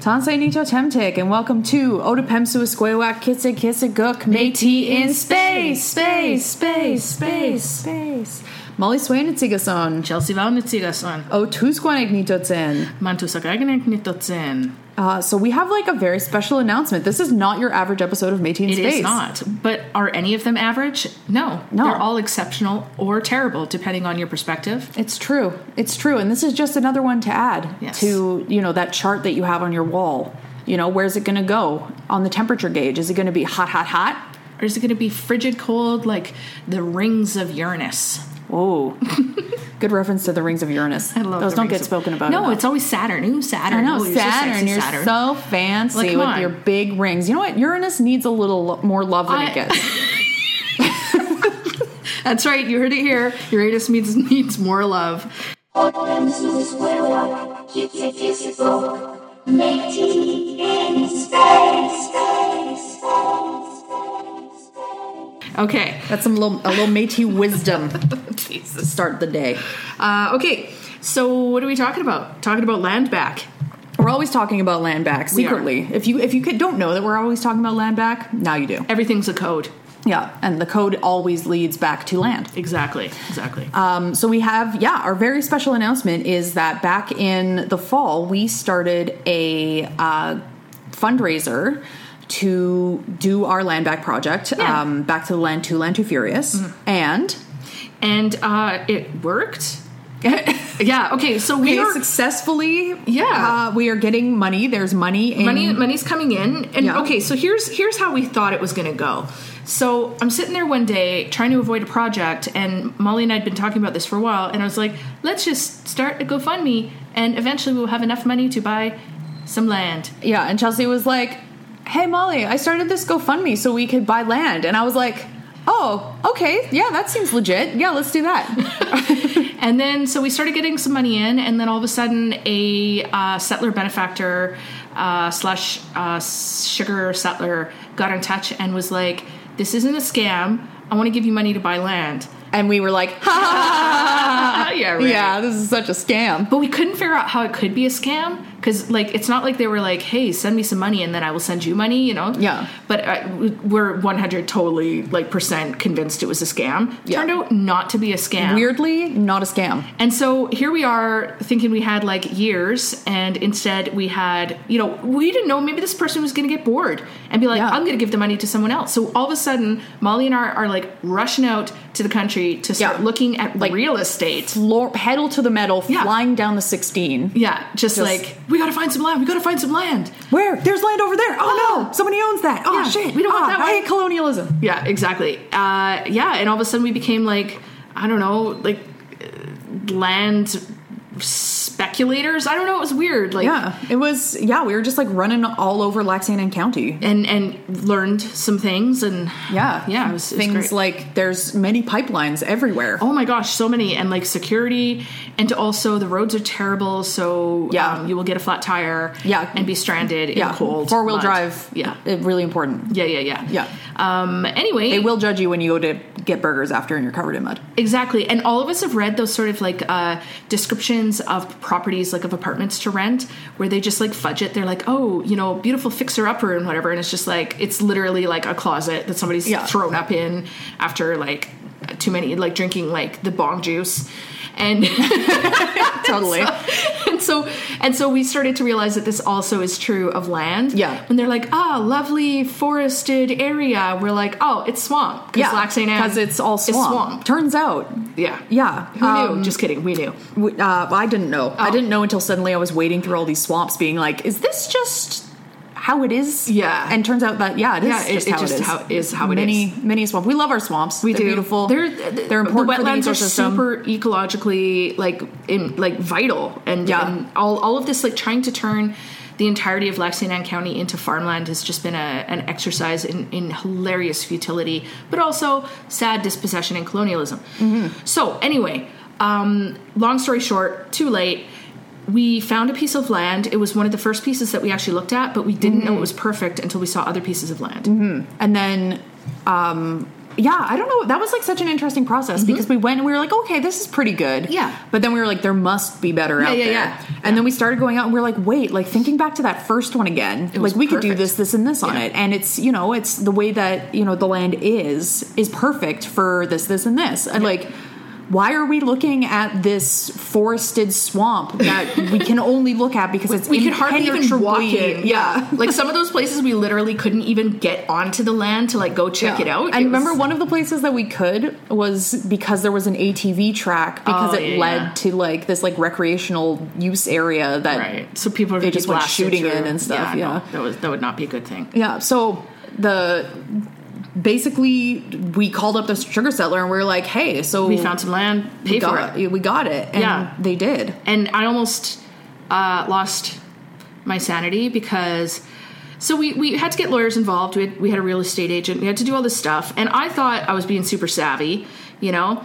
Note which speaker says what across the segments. Speaker 1: Tansei Nicho Temtek, and welcome to Odapemsu Squawak Kitsa Kitsa Gook Métis in Space, Space, Space, Space, Space. Molly Swainitzigason,
Speaker 2: Chelsea Valnitzigason,
Speaker 1: Oh, Otusquanik Nitotsen.
Speaker 2: Mantusakagenek Nitotsen.
Speaker 1: Uh, so we have like a very special announcement. This is not your average episode of Métis in
Speaker 2: It
Speaker 1: Space.
Speaker 2: is not. But are any of them average? No.
Speaker 1: No.
Speaker 2: They're all exceptional or terrible, depending on your perspective.
Speaker 1: It's true. It's true. And this is just another one to add
Speaker 2: Yes.
Speaker 1: to, you know, that chart that you have on your wall. You know, where's it going to go on the temperature gauge? Is it going to be hot, hot, hot?
Speaker 2: Or is it going to be frigid cold like the rings of Uranus?
Speaker 1: Whoa. Good reference to the rings of Uranus.
Speaker 2: I love
Speaker 1: Those
Speaker 2: the
Speaker 1: don't
Speaker 2: rings
Speaker 1: get
Speaker 2: of-
Speaker 1: spoken about.
Speaker 2: No,
Speaker 1: enough.
Speaker 2: it's always Saturn. Ooh, Saturn.
Speaker 1: I know
Speaker 2: Oh, you're
Speaker 1: Saturn.
Speaker 2: So
Speaker 1: you're
Speaker 2: Saturn.
Speaker 1: so fancy
Speaker 2: Look, come
Speaker 1: with
Speaker 2: on.
Speaker 1: your big rings. You know what? Uranus needs a little lo- more love than
Speaker 2: I-
Speaker 1: it gets.
Speaker 2: That's right. You heard it here. Uranus needs needs more love.
Speaker 3: What comes to this world? Kids a physical. Native in space, space, space, space, space.
Speaker 2: Okay.
Speaker 1: That's some little a little Métis wisdom
Speaker 2: Jesus.
Speaker 1: to start the day.
Speaker 2: Uh, okay. So what are we talking about? Talking about land back.
Speaker 1: We're always talking about land back
Speaker 2: We are.
Speaker 1: secretly. If you if you could, don't know that we're always talking about land back, now you do.
Speaker 2: Everything's a code.
Speaker 1: Yeah, and the code always leads back to land.
Speaker 2: Exactly. Exactly.
Speaker 1: Um, so we have, yeah, our very special announcement is that back in the fall, we started a uh, fundraiser to do our land back project,
Speaker 2: Yeah.
Speaker 1: um, back to the land to land to furious, and
Speaker 2: and uh, it worked. yeah. Okay. So we
Speaker 1: we
Speaker 2: are
Speaker 1: successfully,
Speaker 2: Yeah.
Speaker 1: uh, we are getting money. There's money in
Speaker 2: money. Money's coming in, and
Speaker 1: Yeah.
Speaker 2: okay. So here's here's how we thought it was going to go. So I'm sitting there one day trying to avoid a project, and Molly and I had been talking about this for a while, and I was like, let's just start a GoFundMe, and eventually we'll have enough money to buy some land.
Speaker 1: yeah. And Chelsea was like, "Hey Molly, I started this GoFundMe so we could buy land," and I was like, "Oh, okay, yeah, that seems legit. Yeah, let's do that."
Speaker 2: And then, so we started getting some money in, and then all of a sudden, a uh, settler benefactor uh, slash uh, sugar settler got in touch and was like, "This isn't a scam. I want to give you money to buy land."
Speaker 1: and we were like, "Ha."
Speaker 2: yeah, right.
Speaker 1: Yeah, this is such a scam.
Speaker 2: But we couldn't figure out how it could be a scam because, like, it's not like they were like, "Hey, send me some money, and then I will send you money," you know?
Speaker 1: Yeah.
Speaker 2: But uh, we- we're one hundred totally like percent convinced it was a scam.
Speaker 1: Yeah.
Speaker 2: Turned out not to be a scam.
Speaker 1: Weirdly, not a scam.
Speaker 2: And so here we are thinking we had like years, and instead we had, you know, we didn't know maybe this person was going to get bored and be like,
Speaker 1: Yeah.
Speaker 2: I'm going to give the money to someone else. So all of a sudden, Molly and I are like rushing out to the country to start
Speaker 1: Yeah.
Speaker 2: looking at
Speaker 1: Like-
Speaker 2: real estate.
Speaker 1: Floor, pedal to the metal,
Speaker 2: Yeah.
Speaker 1: flying down the 16.
Speaker 2: Yeah, just,
Speaker 1: Just-
Speaker 2: like, we got to find some land, we got to find some land.
Speaker 1: Where? There's land over there. Oh, no. Somebody owns that. Oh,
Speaker 2: Yeah,
Speaker 1: shit.
Speaker 2: we don't want
Speaker 1: Ah,
Speaker 2: that
Speaker 1: I
Speaker 2: one.
Speaker 1: hate colonialism.
Speaker 2: Yeah, exactly. Uh, yeah, and all of a sudden we became like, I don't know, like uh, land speculators. I don't know, it was weird. Like,
Speaker 1: Yeah. It was, yeah, we were just like running all over Laxanan County.
Speaker 2: and and learned some things and
Speaker 1: Yeah.
Speaker 2: yeah it was, it was
Speaker 1: Things
Speaker 2: great.
Speaker 1: like there's many pipelines everywhere.
Speaker 2: oh my gosh so many and like security and to also the roads are terrible so
Speaker 1: Yeah.
Speaker 2: um, you will get a flat tire
Speaker 1: Yeah.
Speaker 2: and be stranded in
Speaker 1: yeah.
Speaker 2: the cold
Speaker 1: Four wheel
Speaker 2: mud.
Speaker 1: drive.
Speaker 2: yeah
Speaker 1: uh, Really important.
Speaker 2: yeah yeah yeah
Speaker 1: Yeah.
Speaker 2: um anyway
Speaker 1: They will judge you when you go to get burgers after and you're covered in mud.
Speaker 2: exactly and all of us have read those sort of like uh descriptions of properties like of apartments to rent where they just like fudge it they're like oh you know beautiful fixer upper and whatever and it's just like it's literally like a closet that somebody's
Speaker 1: Yeah.
Speaker 2: thrown up in after like too many, like drinking like the bong juice, and
Speaker 1: totally.
Speaker 2: and so and so we started to realize that this also is true of land.
Speaker 1: Yeah.
Speaker 2: When they're like, ah, lovely forested area, we're like, oh, it's swamp because
Speaker 1: yeah,
Speaker 2: Lac Saint Anne
Speaker 1: because it's all
Speaker 2: is
Speaker 1: swamp. Turns out,
Speaker 2: Yeah.
Speaker 1: yeah.
Speaker 2: Who
Speaker 1: um,
Speaker 2: knew? Just kidding. We knew.
Speaker 1: w- uh, I didn't know.
Speaker 2: Oh.
Speaker 1: I didn't know until suddenly I was wading through all these swamps, being like, "Is this just how it is?"
Speaker 2: Yeah.
Speaker 1: and turns out that yeah, it is
Speaker 2: Yeah, it-
Speaker 1: just,
Speaker 2: it
Speaker 1: how,
Speaker 2: just
Speaker 1: it is.
Speaker 2: how- is how it
Speaker 1: many, Many swamps. We love our swamps.
Speaker 2: We
Speaker 1: They're
Speaker 2: do.
Speaker 1: beautiful.
Speaker 2: They're
Speaker 1: they're important
Speaker 2: The wetlands
Speaker 1: for the
Speaker 2: are
Speaker 1: ecosystem.
Speaker 2: super ecologically like in like vital and,
Speaker 1: Yeah.
Speaker 2: and all all of this like trying to turn the entirety of Lexington County into farmland has just been a, an exercise in, in hilarious futility, but also sad dispossession and colonialism. So anyway, um, long story short, too late. We found a piece of land. It was one of the first pieces that we actually looked at, but we didn't know it was perfect until we saw other pieces of land.
Speaker 1: and then um yeah i don't know that was like such an interesting process because we went and we were like okay this is pretty good
Speaker 2: Mm-hmm. Yeah.
Speaker 1: but then we were like there must be better out
Speaker 2: yeah,
Speaker 1: there
Speaker 2: yeah.
Speaker 1: and then we started going out and we are like wait like thinking back to that first one again
Speaker 2: was
Speaker 1: like we could do
Speaker 2: perfect.
Speaker 1: this this and this on
Speaker 2: Yeah.
Speaker 1: it and it's you know it's the way that you know the land is is perfect for this this and this and like why are we looking at this forested swamp that we can only look at because it's
Speaker 2: we could hardly even walk
Speaker 1: impenetrably-
Speaker 2: in. like some of those places we literally couldn't even get onto the land to like go check
Speaker 1: Yeah.
Speaker 2: it out.
Speaker 1: I
Speaker 2: It
Speaker 1: remember
Speaker 2: was-
Speaker 1: one of the places that we could was because there was an ATV track because
Speaker 2: Oh,
Speaker 1: it
Speaker 2: yeah,
Speaker 1: led
Speaker 2: yeah.
Speaker 1: to like this like recreational use area that
Speaker 2: right. So people are
Speaker 1: they just went
Speaker 2: blasted
Speaker 1: shooting
Speaker 2: through.
Speaker 1: in and stuff.
Speaker 2: no,
Speaker 1: Yeah,
Speaker 2: that was that would not be a good thing.
Speaker 1: yeah. So the basically we called up the sugar settler and we were like, hey, so
Speaker 2: We found some land,
Speaker 1: we
Speaker 2: pay for
Speaker 1: got
Speaker 2: it,
Speaker 1: we got it, and
Speaker 2: Yeah.
Speaker 1: they did.
Speaker 2: and I almost uh, lost my sanity because. So we, we had to get lawyers involved. We had, we had a real estate agent. We had to do all this stuff, and I thought I was being super savvy, you know.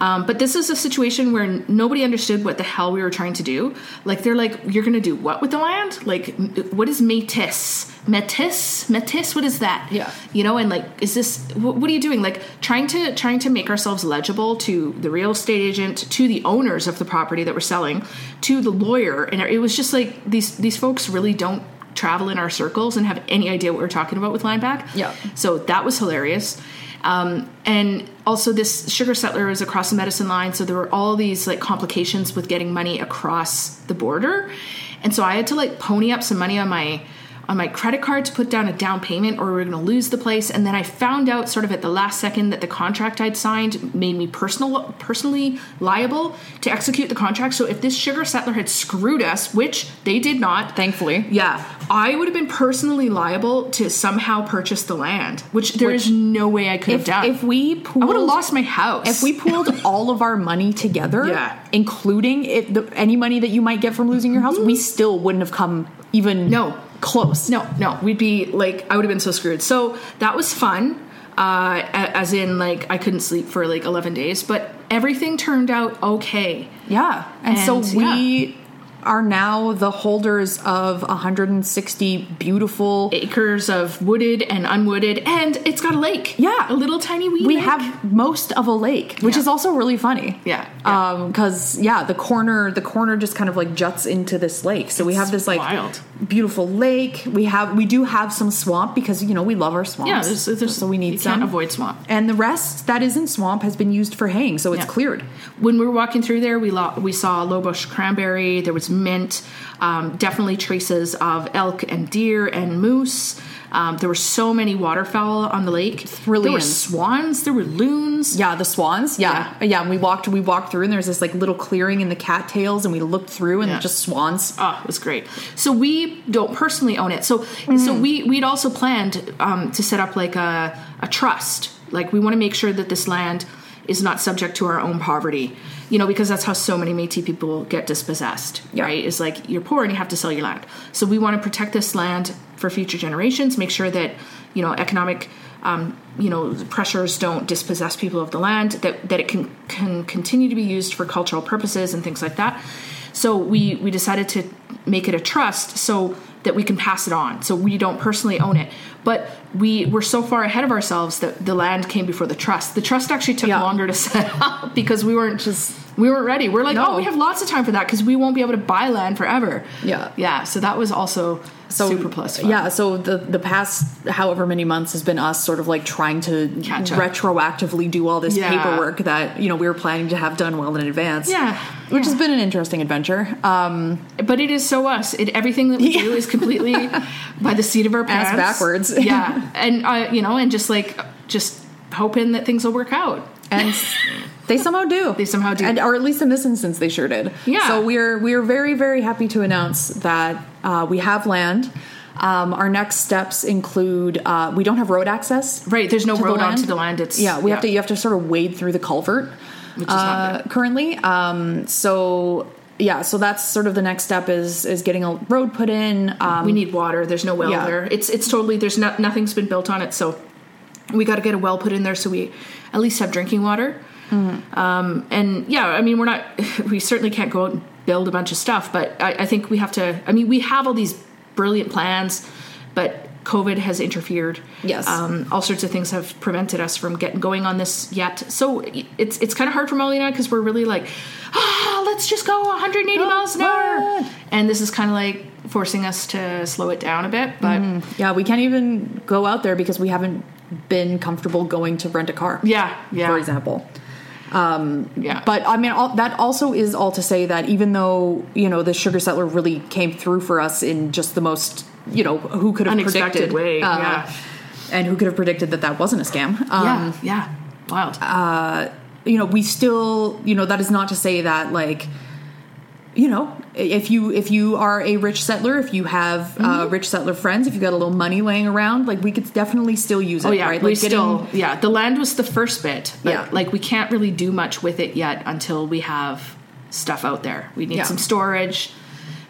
Speaker 2: Um, but this is a situation where n- nobody understood what the hell we were trying to do. Like they're like, "You're going to do what with the land? Like, m- what is metis? Metis? Metis? What is that?
Speaker 1: Yeah.
Speaker 2: you know and like is this wh- what are you doing like trying to trying to make ourselves legible to the real estate agent to the owners of the property that we're selling to the lawyer and it was just like these these folks really don't travel in our circles and have any idea what we're talking about with lineback
Speaker 1: Yeah.
Speaker 2: so that was hilarious um, and also this sugar settler was across the medicine line so there were all these like complications with getting money across the border and so i had to like pony up some money on my on my credit card to put down a down payment or we were going to lose the place and then i found out sort of at the last second that the contract i'd signed made me personal personally liable to execute the contract so if this sugar settler had screwed us which they did not
Speaker 1: Thankfully,
Speaker 2: yeah i would have been personally liable to somehow purchase the land which there is
Speaker 1: Which-
Speaker 2: no way i could have
Speaker 1: if,
Speaker 2: done
Speaker 1: if we
Speaker 2: i would have
Speaker 1: pooled
Speaker 2: lost my house
Speaker 1: If we pooled all of our money together,
Speaker 2: Yeah.
Speaker 1: including it, the, any money that you might get from losing your house, we still wouldn't have come even
Speaker 2: Mm-hmm. No.
Speaker 1: close.
Speaker 2: No, no, we'd be like, I would have been so screwed. So that was fun, uh, a- as in like I couldn't sleep for like eleven days, but everything turned out okay.
Speaker 1: yeah, and,
Speaker 2: And,
Speaker 1: so we are now the holders of 160 beautiful.
Speaker 2: Acres of wooded and unwooded, and it's got a lake.
Speaker 1: Yeah.
Speaker 2: a little tiny wee.
Speaker 1: we
Speaker 2: lake.
Speaker 1: have most of a lake, which
Speaker 2: Yeah.
Speaker 1: is also really funny.
Speaker 2: Yeah, yeah.
Speaker 1: because yeah, the corner the corner just kind of like juts into this lake. So we
Speaker 2: It's
Speaker 1: have this like
Speaker 2: wild.
Speaker 1: beautiful lake. We have we do have some swamp because you know we love our swamps.
Speaker 2: yeah. There's, there's,
Speaker 1: so we need
Speaker 2: you
Speaker 1: some
Speaker 2: Can't avoid swamp.
Speaker 1: And the rest that is in swamp has been used for haying, so it's
Speaker 2: Yeah.
Speaker 1: cleared.
Speaker 2: When we were walking through there, we lo- we saw lowbush cranberry. There was mint, um, definitely traces of elk and deer and moose. Um, there were so many waterfowl on the lake. There were
Speaker 1: Thrillions.
Speaker 2: swans. There were loons.
Speaker 1: Yeah, the swans. Yeah. yeah, And we walked, we walked through, and there's this like little clearing in the cattails, and we looked through, and
Speaker 2: Yeah.
Speaker 1: just swans.
Speaker 2: Oh, it was great. So we don't personally own it. So so
Speaker 1: Mm-hmm.
Speaker 2: we we'd also planned um, to set up like a a trust. Like we want to make sure that this land is not subject to our own poverty. You know, because that's how so many Métis people get dispossessed.
Speaker 1: Yeah.
Speaker 2: Right? Is like you're poor and you have to sell your land. So we want to protect this land for future generations. Make sure that you know economic. Um, you know pressures don't dispossess people of the land that that it can can continue to be used for cultural purposes and things like that so we we decided to make it a trust so that we can pass it on so we don't personally own it but we were so far ahead of ourselves that the land came before the trust the trust actually took
Speaker 1: Yeah.
Speaker 2: longer to set up because we weren't just We weren't ready. We're like,
Speaker 1: No.
Speaker 2: oh, we have lots of time for that because we won't be able to buy land forever.
Speaker 1: Yeah.
Speaker 2: yeah. So that was also
Speaker 1: so
Speaker 2: super plus. Fun.
Speaker 1: Yeah, so the the past however many months has been us sort of like trying to
Speaker 2: Catch up.
Speaker 1: retroactively do all this
Speaker 2: Yeah.
Speaker 1: paperwork that you know we were planning to have done well in advance.
Speaker 2: Yeah.
Speaker 1: which has been an interesting adventure. Um,
Speaker 2: but it is so us. It everything that we do is completely by the seat of our
Speaker 1: Ass
Speaker 2: pants,
Speaker 1: backwards.
Speaker 2: yeah, and uh, you know, and just like just hoping that things will work out.
Speaker 1: and they somehow do.
Speaker 2: They somehow do.
Speaker 1: and or at least in this instance, they sure did.
Speaker 2: Yeah.
Speaker 1: So we're we're very very happy to announce that uh, we have land. Um, our next steps include uh, we don't have road access.
Speaker 2: Right? There's no
Speaker 1: to the
Speaker 2: road onto
Speaker 1: land.
Speaker 2: the land. It's
Speaker 1: yeah, we have to you have to sort of wade through the culvert
Speaker 2: Which is not
Speaker 1: uh,
Speaker 2: good.
Speaker 1: currently. Um, so yeah, so that's sort of the next step is is getting a road put in. Um,
Speaker 2: we need water. There's no well
Speaker 1: Yeah.
Speaker 2: there. It's it's totally there's not nothing's been built on it. So we got to get a well put in there so we at least have drinking water. Um, and yeah, I mean we're not we certainly can't go out and build a bunch of stuff, but I, I think we have to. I mean we have all these brilliant plans, but COVID has interfered.
Speaker 1: Yes.
Speaker 2: um, all sorts of things have prevented us from getting going on this yet. So it's it's kind of hard for Molly and I because we're really like, ah, let's just go 180 miles an hour.
Speaker 1: Oh, what?
Speaker 2: And this is kind of like forcing us to slow it down a bit, but
Speaker 1: yeah, we can't even go out there because we haven't been comfortable going to rent a car.
Speaker 2: yeah, yeah,
Speaker 1: for example.
Speaker 2: yeah.
Speaker 1: But I mean, all, that also is all to say that even though you know the sugar settler really came through for us in just the most you know who could have
Speaker 2: Unexpected
Speaker 1: predicted uh,
Speaker 2: way, yeah.
Speaker 1: and who could have predicted that that wasn't a scam. Um,
Speaker 2: yeah, yeah, wild.
Speaker 1: you know we still you know that is not to say that like you know if you if you are a rich settler if you have uh,
Speaker 2: Mm-hmm.
Speaker 1: rich settler friends if you got a little money laying around like we could definitely still use it
Speaker 2: oh yeah,
Speaker 1: right
Speaker 2: we
Speaker 1: like
Speaker 2: still yeah. The land was the first bit, but
Speaker 1: Yeah.
Speaker 2: like we can't really do much with it yet until we have stuff out there. We need
Speaker 1: Yeah.
Speaker 2: some storage.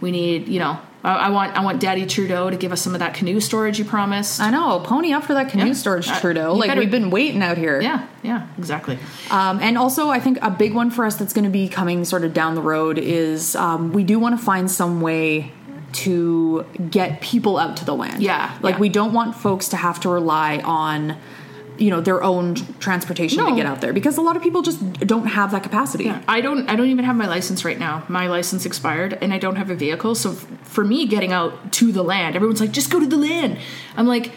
Speaker 2: We need you know. I, I want I want Daddy Trudeau to give us some of that canoe storage you promised.
Speaker 1: I know. Pony up for that canoe
Speaker 2: Yeah.
Speaker 1: storage,
Speaker 2: Uh,
Speaker 1: Trudeau.
Speaker 2: you
Speaker 1: Like
Speaker 2: better-
Speaker 1: we've been waiting out here.
Speaker 2: yeah, yeah, exactly.
Speaker 1: Um, and also, I think a big one for us that's going to be coming sort of down the road is um, we do want to find some way to get people out to the land.
Speaker 2: Yeah,
Speaker 1: Like
Speaker 2: yeah.
Speaker 1: we don't want folks to have to rely on. You know their own transportation to
Speaker 2: No.
Speaker 1: get out there because a lot of people just don't have that capacity.
Speaker 2: Yeah, I don't. I don't even have my license right now. My license expired, and I don't have a vehicle. So f- for me, getting out to the land, everyone's like, "Just go to the land." I'm like,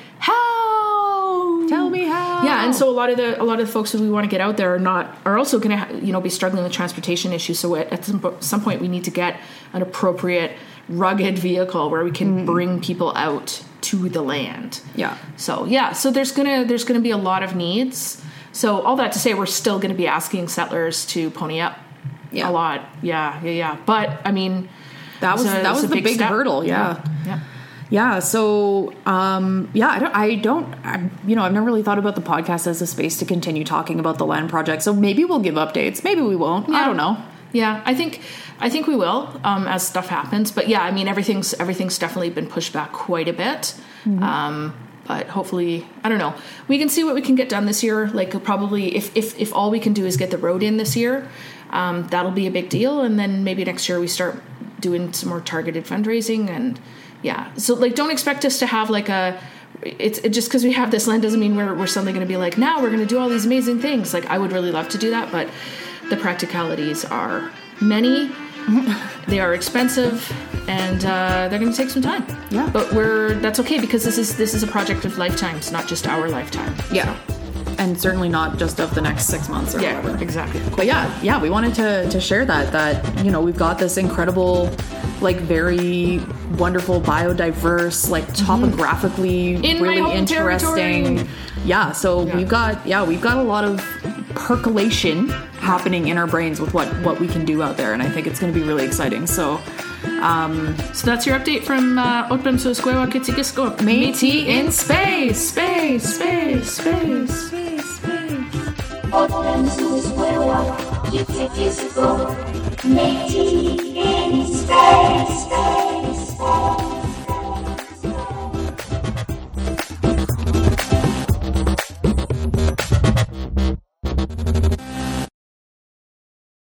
Speaker 2: "How?
Speaker 1: Tell me how.
Speaker 2: Yeah, and so a lot of the a lot of the folks who we want to get out there are not are also going to ha- you know be struggling with transportation issues. So at, at some po- some point, we need to get an appropriate rugged vehicle where we can bring people out to the land.
Speaker 1: Mm-hmm. yeah,
Speaker 2: So yeah, so there's gonna there's gonna be a lot of needs. So all that to say, we're still gonna be asking settlers to pony up
Speaker 1: Yeah.
Speaker 2: a lot. Yeah, yeah, yeah. But I mean,
Speaker 1: that was
Speaker 2: it's a-
Speaker 1: that
Speaker 2: it's
Speaker 1: was
Speaker 2: a
Speaker 1: the big,
Speaker 2: step.
Speaker 1: hurdle. yeah.
Speaker 2: yeah.
Speaker 1: Yeah. So, um, yeah, I don't, I don't, I, you know, I've never really thought about the podcast as a space to continue talking about the land project. So maybe we'll give updates. Maybe we won't. I
Speaker 2: Yeah.
Speaker 1: don't know.
Speaker 2: Yeah, I think I think we will um, as stuff happens. But yeah, I mean everything's everything's definitely been pushed back quite a bit. Um, but hopefully, I don't know. We can see what we can get done this year. Like probably if if if all we can do is get the road in this year, um, that'll be a big deal. And then maybe next year we start doing some more targeted fundraising and yeah. So like, don't expect us to have like a. It's it just because we have this land doesn't mean we're we're suddenly going to be like now we're going to do all these amazing things. Like I would really love to do that, but the practicalities are many, they are expensive, and uh, they're going to take some time.
Speaker 1: Yeah.
Speaker 2: but we're that's okay because this is this is a project of lifetimes, not just our lifetime.
Speaker 1: Yeah. And certainly not just of the next six months or
Speaker 2: Yeah,
Speaker 1: whatever.
Speaker 2: exactly.
Speaker 1: But yeah, yeah, we wanted to, to share that, that, you know, we've got this incredible, like very wonderful, biodiverse, like topographically
Speaker 2: Mm-hmm. In my
Speaker 1: really
Speaker 2: home
Speaker 1: interesting.
Speaker 2: territory.
Speaker 1: Yeah. So
Speaker 2: Yeah.
Speaker 1: we've got, yeah, we've got a lot of percolation happening in our brains with what, what we can do out there. And I think it's going to be really exciting. So
Speaker 2: So that's your update from uh, Otbemso Squewa Kitsikisko.
Speaker 1: Métis in space.
Speaker 2: space, space, space.
Speaker 3: Open to the square rock, keep it physical. Make tea in space, space, space.